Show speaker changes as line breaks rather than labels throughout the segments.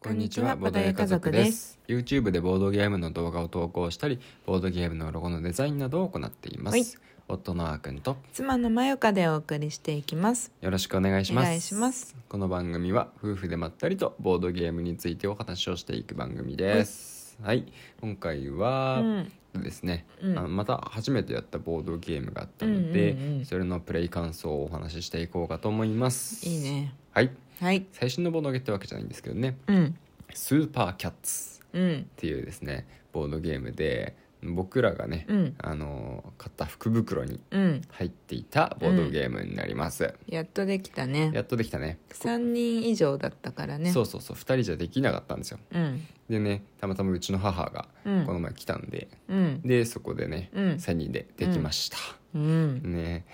こんにちは、ボードゲー家族です。
YouTube でボードゲームの動画を投稿したり、ボードゲームのロゴのデザインなどを行っています。
はい
夫のあーくんと
妻のまゆかでお送りしていきます。
よろしくお願いします。
お願いします
この番組は夫婦でまったりとボードゲームについてお話をしていく番組です。はい、今回
う
は、
ん、
ですね、
うん
あのまた初めてやったボードゲームがあったので、
うんうんうん
それのプレイ感想をお話ししていこうかと思います。
いい。ね。
はい、
はい。
最新のボードゲームってわけじゃないんですけどね、
うん、
スーパーキャッツ。
うん
っ、ていうですねボードゲームで僕らがね、
うん
あの買った福袋に
うん。
入っていたボードゲームになります、
やっとできた
や
ね。
っとできたね
三人以上だったからね。
そうそうそう2人じゃできなかったんですよ
うん、
でねたまたまうちの母が
う
この
ん、
前来たんで、
うん、
でそこでね、
うん
3人でできました、
うん。
ね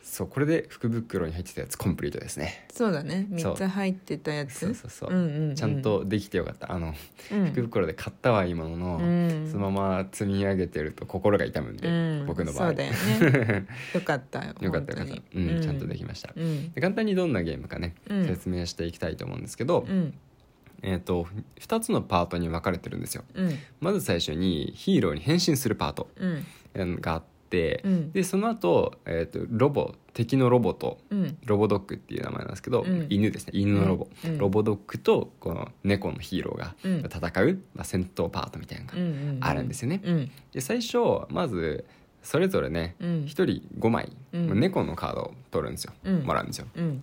そうこれで福袋に入ってたやつコンプリートですね
そうだね。
そう
三つ入ってたやつ。
そうそうそう、
んうん、うん
ちゃん。とできてよかったあの
うん
福袋で買ったはいいものの、
うん
そのまま積み上げてると心が痛むんで、
うん、
僕の場合
そうだ よね。よかったよ。
よかったよかった
本、当
う
に
ん、ちゃんとできました、
うん、
で簡単にどんなゲームかね、
うん
説明していきたいと思うんですけど、
うん、
えー、と2つのパートに分かれてるんですよ
うん、
まず最初にヒーローに変身するパート
うん、
えーがあって、
うん
でその後、えー、とロボ敵のロボと
うん、
ロボドッグっていう名前なんですけど、
うん
犬ですね犬のロボ、
うんうん
ロボドッグとこの猫のヒーローが
うん
戦う、まあ、戦闘パートみたいなのが
うん、うん。
あるんですよね
うん、
で最初まずそれぞれね
うん
1人5枚、
うん
猫のカードを取るんですよ、
うん
もらうんですよ
うん、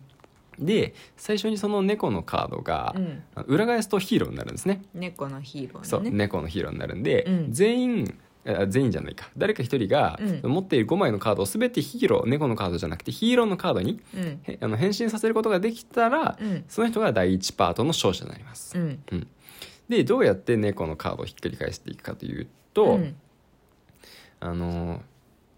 で最初にその猫のカードが
うん、
裏返すとヒーローになるんですね、
猫のヒーロー
そう
だね。
猫のヒーローになるんで、
うん
全員あ全員じゃないか誰か一人が
うん
持っている5枚のカードを全てヒーロー猫のカードじゃなくてヒーローのカードに
うん
へあの変身させることができたら、
うん
その人が第1パートの勝者になります、
うん
でどうやって猫のカードをひっくり返していくかというと、
うん
あの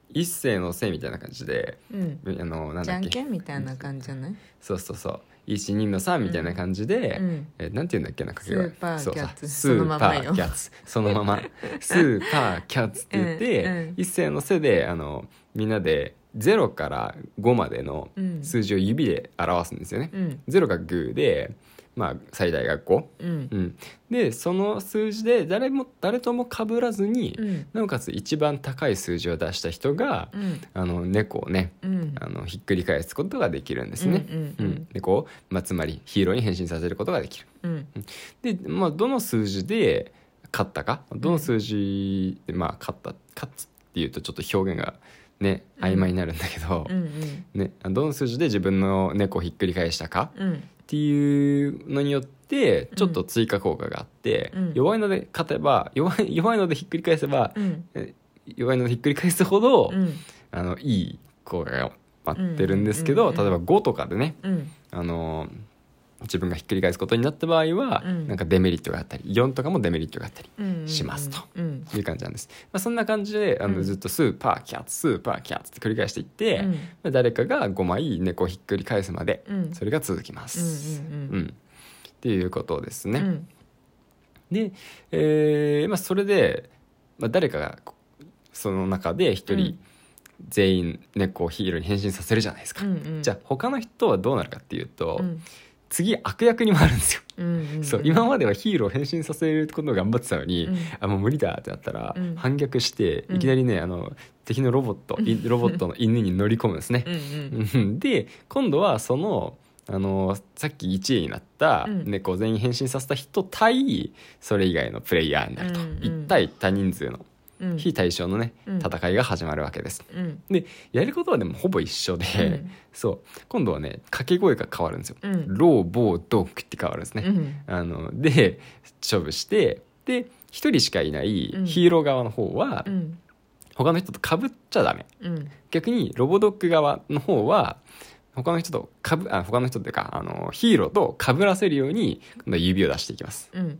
一斉のせいみたいな感じで
うん
あのなん
じゃ
だっ
ん
け
けんみたいな感じじゃない
そうそうそう12の3みたいな感じで、
うん
えーなんて言うんだっけな掛け声
スーパーキャッツ
そう
そ
さ
のま
スーパ
まよ
ーキャッツそのま まスーパーキャッツって言って、
うんうん
一斉の背であのみんなで0から5までの
うん
数字を指で表すんですよね、
うん
0がグーで、まあ、最大が5、
うん
うん、でその数字で誰も誰とも被らずに、
うん
なおかつ一番高い数字を出した人が、
うん
あの猫をね
うん
あのひっくり返すことができるんですね。
うんう
うん
うん
んでこう、まあ、つまりヒーローに変身させることができる。
うん
で、まあ、どの数字で勝ったかどの数字で、まあ、勝った勝つっていうとちょっと表現がね
うん
曖昧になるんだけど、
うんうん
ね、どの数字で自分の猫をひっくり返したか
うん
っていうのによってちょっと追加効果があって、
うん
弱いので勝てば弱い弱いのでひっくり返せば、
うん
え弱いのでひっくり返すほど、
うん
あのいい効果が待ってるんですけど、
うんうんうん
例えば5とかでね
うん
あの自分がひっくり返すことになった場合は、
うん
なんかデメリットがあったり4とかもデメリットがあったり
うん
しますと
うん
いう感じなんです、まあ、そんな感じであ
うん
のずっとスーパーキャッツスーパーキャッツって繰り返していって、
うん
まあ誰かが5枚猫をひっくり返すまで
うん
それが続きます。
うんうんうん
っていうことです
う
ね。
ん
で、えーまあ、それで、まあ、誰かがこその中で一
う
人
ん
全員猫をヒーローに変身させるじゃないですか。
うんうん
じゃあ他の人はどうなるかっていうと、
うん
次悪役に回るんですよ。
うんうん
そう今まではヒーローを変身させることを頑張ってたのに、
うん
あもう無理だってなったら
うん
反逆して、
うん
いきなりねあの敵のロボット、いロボットの犬に乗り込むんですね
う。んうん
うんで今度はそのあのさっき1位になった
うん
猫を全員変身させた人対それ以外のプレイヤーになると、
うんうん
1対多人数の
うん
非対称のね、
うん
戦いが始まるわけです。
うん
でやることはでもほぼ一緒で、
うん
そう今度はね掛け声が変わるんですよ。
うん
ローボードッグって変わるんですね。
うん
あので勝負してで1人しかいない
うん
ヒーロー側の方は
うん
他の人と被っちゃダメ
うん
逆にロボドッグ側の方は他の人とかぶあ他の人っていうかあのヒーローと被らせるように今度は指を出していきます
うん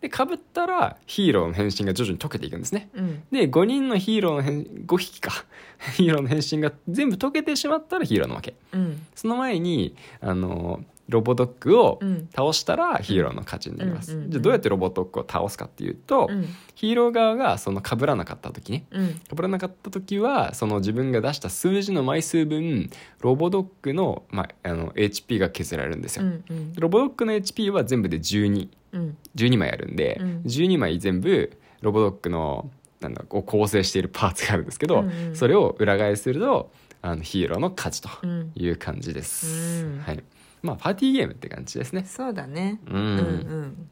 で被ったらヒーローの変身が徐々に解けていくんですね
うん
で5人のヒーローの変5匹か ヒーローの変身が全部解けてしまったらヒーローの負け
うん
その前にあのロボドッグを
うん
倒したらヒーローの勝ちになります、
うんうんうん
じゃあどうやってロボドッグを倒すかっていうと、
うん
ヒーロー側がその被らなかった時ね
うん
被らなかった時はその自分が出した数字の枚数分ロボドッグの,、まあ、あの HP が削られるんです
う
よ、
んうん
ロボドッグの HP は全部で1212
うん
枚あるんで、
うん
12枚全部ロボドッグのなんだこう構成しているパーツがあるんですけど、
うんうん
それを裏返しするとあのヒーローの勝ちと
うん
いう感じです、
うん
はいまあパーティーゲームって感じですね
そうだね
うん、
うんうん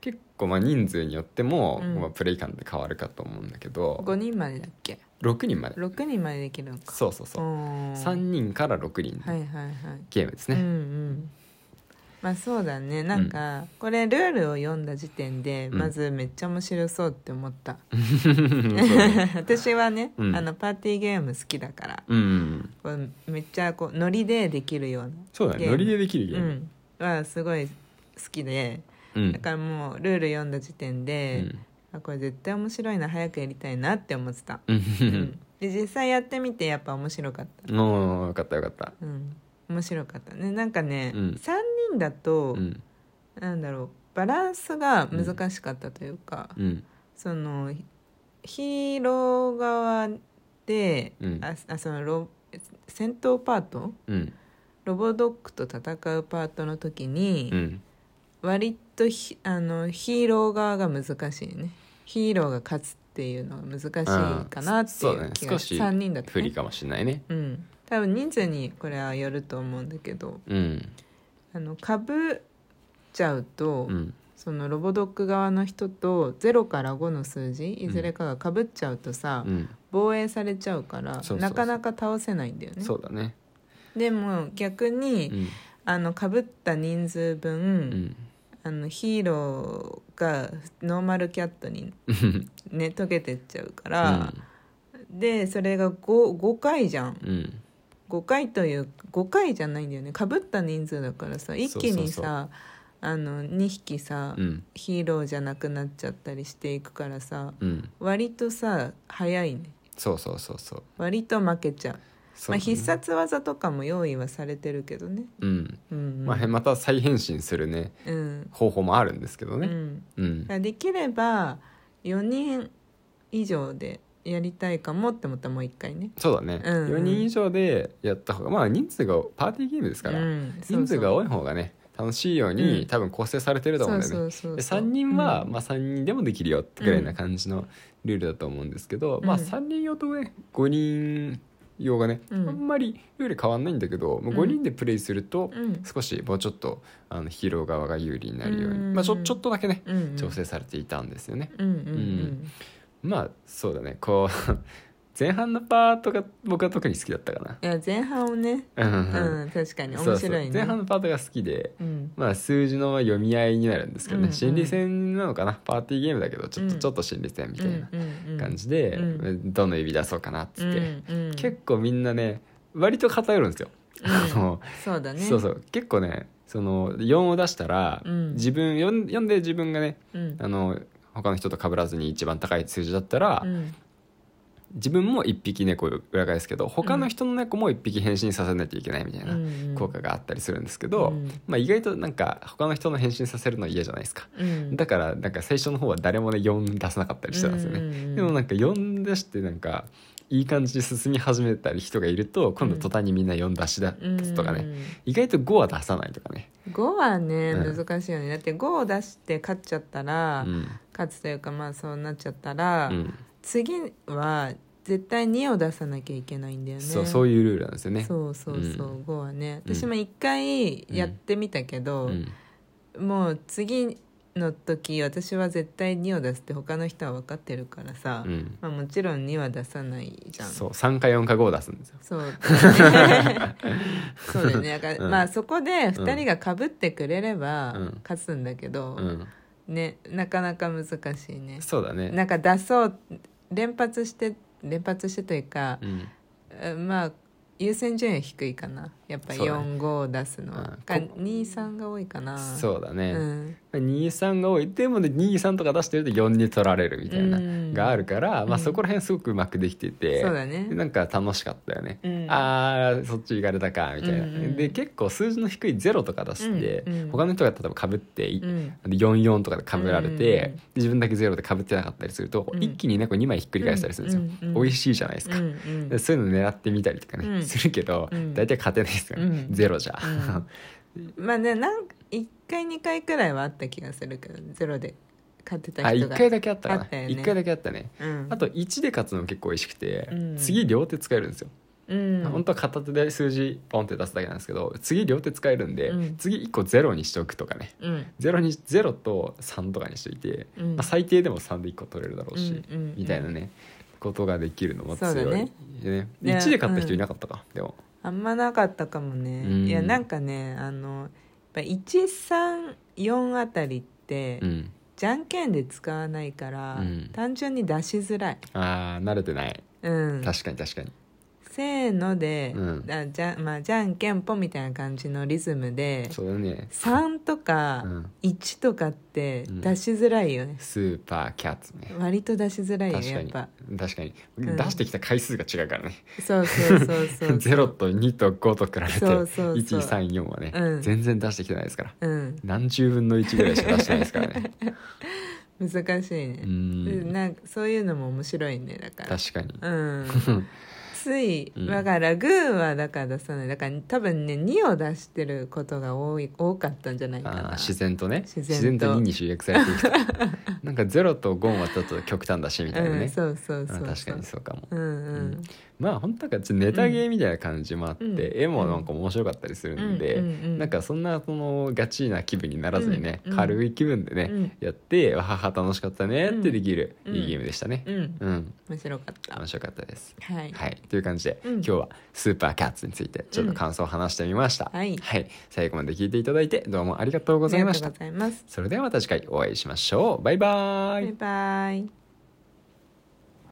結構まあ人数によっても、
うん
まあ、プレイ感って変わるかと思うんだけど
5人までだっけ
6人まで
6人までできるのか
そうそうそう、
おー
3人から6人
は
の
いはいはい
ゲームです
うんう
ね、
んまあそうだねなんかこれルールを読んだ時点で
うん
まずめっちゃ面白そうって思った、
そうね
私はね、
うん
あのパーティーゲーム好きだから
うん
こうめっちゃこうノリでできるような
そうだね
ゲーム
ノリでできるゲー
う
ム
ん、はすごい好きで
うん、
だからもうルール読んだ時点で、あこれ絶対面白いな早くやりたいなって思ってた、
うん
うんで実際やってみてやっぱ面白かった、
うん おーよかったよかった
うん、面白かったねなんかね、
うん
3人だと、
うん
なんだろうバランスが難しかったというか、
うん
そのヒヒーロー側で、
うん
ああそのロ戦闘パート
うん
ロボドッグと戦うパートの時に、
うん
割とひあのヒーロー側が難しいねヒーローが勝つっていうのが難しいかなってい
あーそうね
う気が
少し
3人だと
不利
ね、
かもしれないね
うん、多分人数にこれはよると思うんだけど
うん
あのかぶっちゃうと、
うん
そのロボドッグ側の人と0から5の数字いずれかがかぶっちゃうとさ、
うん
防衛されちゃうから
そうそうそう
なかなか倒せないんだよね
そうだね
でも逆に、
うん
あのかぶった人数分、
うん
あのヒーローがノーマルキャットに ね溶けてっちゃうから、でそれが 5, 5回じゃん
うんうん
5回という5回じゃないんだよねかぶった人数だからさ一気に
そうそう
さあの2匹さ、
うん
ヒーローじゃなくなっちゃったりしていくからさ
うん
割とさ早いね
そうそうそうそう
割と負けちゃう
そう
まあ、
だね
必殺技とかも用意はされてるけどね
うん
うんうん、
まあ、また再変身するね
うん
方法もあるんですけど
う
ね
ん
うん
だからできれば4人以上でやりたいかもって思ったらもう一回ね
そうだね、
うんうん
4人以上でやった方がまあ人数がパーティーゲームですから、
うん
人数が
多い
多い方がね楽しいように、
うん
多分構成されてると思うんだよね
そうそうそう
で
そう
3人は、
うん
まあ、3人でもできるよってぐらいな感じのルールだと思うんですけど、
うん
まあ3人用とね5人用がね、
うん
あんまりルール変わんないんだけど、まあ、
うん
5人でプレイすると
うん
少しもうちょっとあのヒーロー側が有利になるように、
うん
まあ、ちょちょっとだけね
うんうん
調整されていたんですよね。
うんうんうん
まあそうだねこう 前半のパートが僕は特に好きだったか
いや前半をね
な。うん
う
うん
ん、確かに
そ
面
うそう
白いね
前半のパートが好きで、
うん
まあ、数字の読み合いになるんですけどね、
うんうん
心理戦なのかなパーティーゲームだけどちょっと、
うん
ちょっと心理戦みたいな
うんうん
感じで、
う
どの指出そうかなっつって、
うんうん
結構みんなね割と偏るんですよ。あの
そうだね
そうそう結構ねその4を出したら、
うん
自分 4, 読んで自分がね
うん
あの他の人と被らずに一番高い数字だったら、
うん
自分も1匹猫裏返すけど他の人の猫も1匹変身させないといけないみたいな
うんうん
効果があったりするんですけど、
うん
まあ、意外となんか他の人の変身させるの嫌じゃないですか。
うん
だからなんか最初の方は誰もね4出さなかったりしてたんですよね、
うんうんうん
でもなんか4出してなんかいい感じに進み始めたり人がいると今度途端にみんな4出しだとかね、意外と5は出さないとかね、
5はね
うん
難しいよね、だって5を出して勝っちゃったら、
うん
勝つというかまあそうなっちゃったら、
うん
次は絶対2を出さなきゃいけないんだよね
そうそういうルールなんですよね。
そうそうそう
う
5はね
うん
私も1回やってみたけど、
うん
もう次の時私は絶対2を出すって他の人は分かってるからさ、
うん
まあ、もちろん2は出さないじゃん
そう3か4か5を出すんですよ。
そうだねそうだよねだから、
うん
まあそこで
うん
2人がかぶってくれれば
うん
勝つんだけど、
うん、
ねなかなか難しいね
そうだね
なんか出そう連発して連発してというか
う、ん
えまあ優先順位は低いかなやっぱ
そうだね
45出すのは、
うん
か23が多いかな
そうだ
う
ね、
ん
23が多いでもね23とか出してると4に取られるみたいな
うん
があるから、まあ、
うん
そこら辺すごくうまくできてて、
そうだね
でなんか楽しかったよね、
うん
あーそっち行かれたかみたいな、
うんうん
で結構数字の低い0とか出して、
うんうん
他の人が例えばかぶってい、
うん
で44とかでかぶられて、
うんうん
で自分だけ0でかぶってなかったりすると、
うん
一気にねこう2枚ひっくり返したりするんですよ、
うんうん
美味しいじゃないですか、
うんうん
でそういうの狙ってみたりとかね、
うん
するけど、
うん
大体勝てないですよね、
うん
ゼロじゃ、
まあねなん1回2回くらいはあった気がするけどゼロで勝ってた
あ
人
一
が
回だけあったか
あ
な
ったよね
一回だけあったね
うん、
あと1で勝つのも結構美味しくて、
うん
次両手使えるんですよ、
うん、
本当は片手で数字ポンって出すだけなんですけど次両手使えるんで、
うん
次1個ゼロにしておくとかね
うん
ゼロにゼロと3とかにしていて、
うん
まあ、最低でも3で1個取れるだろうし、
うんうんうん
みたいなねことができるのも強い
そうだね
ね
ね
1で勝った人いなかったか、でも
あんまなかったかもね、
うん
いやなんかねあのやっぱ134あたりって、
うん
じゃんけんで使わないから、
うん
単純に出しづらい、
あー慣れてない
うん、
確かに確かに
せーので、
うん
あじゃまあ、じゃんけんぽんみたいな感じのリズムで
そうだね
3とか
うん
1とかって
うん
出しづらいよね、
スーパーキャッツね
割と出しづらいよ
確
ね
か
やっ
に
ぱ
確かに、
うん
出してきた回数が違うからね
そうそうそうそう
0と2と5と比べて
そうそうそう
134はね、
うん
全然出してきてないですから
うん
何十分の1ぐらいしか出してないですから ね
難しいうね
ー、ん
なんかそういうのも面白いねだから
確かに
うん つい
うん
だからグーはだから出さないだから多分ね2を出してることが多い多かったんじゃないか
あー
な
自然とね
自然
自然
と
と2に集約されていく となんか0と5はちょっと極端だしみたいなね、
うん、そうそう
あ
そう
確かにそうかも
うんうん
まあ本当なんかちょっとネタゲーみたいな感じもあって、
うん
絵もなんか面白かったりするんで、
うんうんうん
なんかそんなそのガチな気分にならずにね、
うんうん
軽い気分でね、
うん
やって「わはは楽しかったね」ってできる、
うん
いいゲームでしたね。
うん
うん、
面白かった
面白かったです。
はい
はい、という感じで、
うん
今日はスーパーキャッツについてちょっと感想を話してみました、
うんはい
最後まで聞いていただいてどうもありがとうご
ご
ざいました
ございます
それではまた次回お会いしましょうバイバイ
バイバイ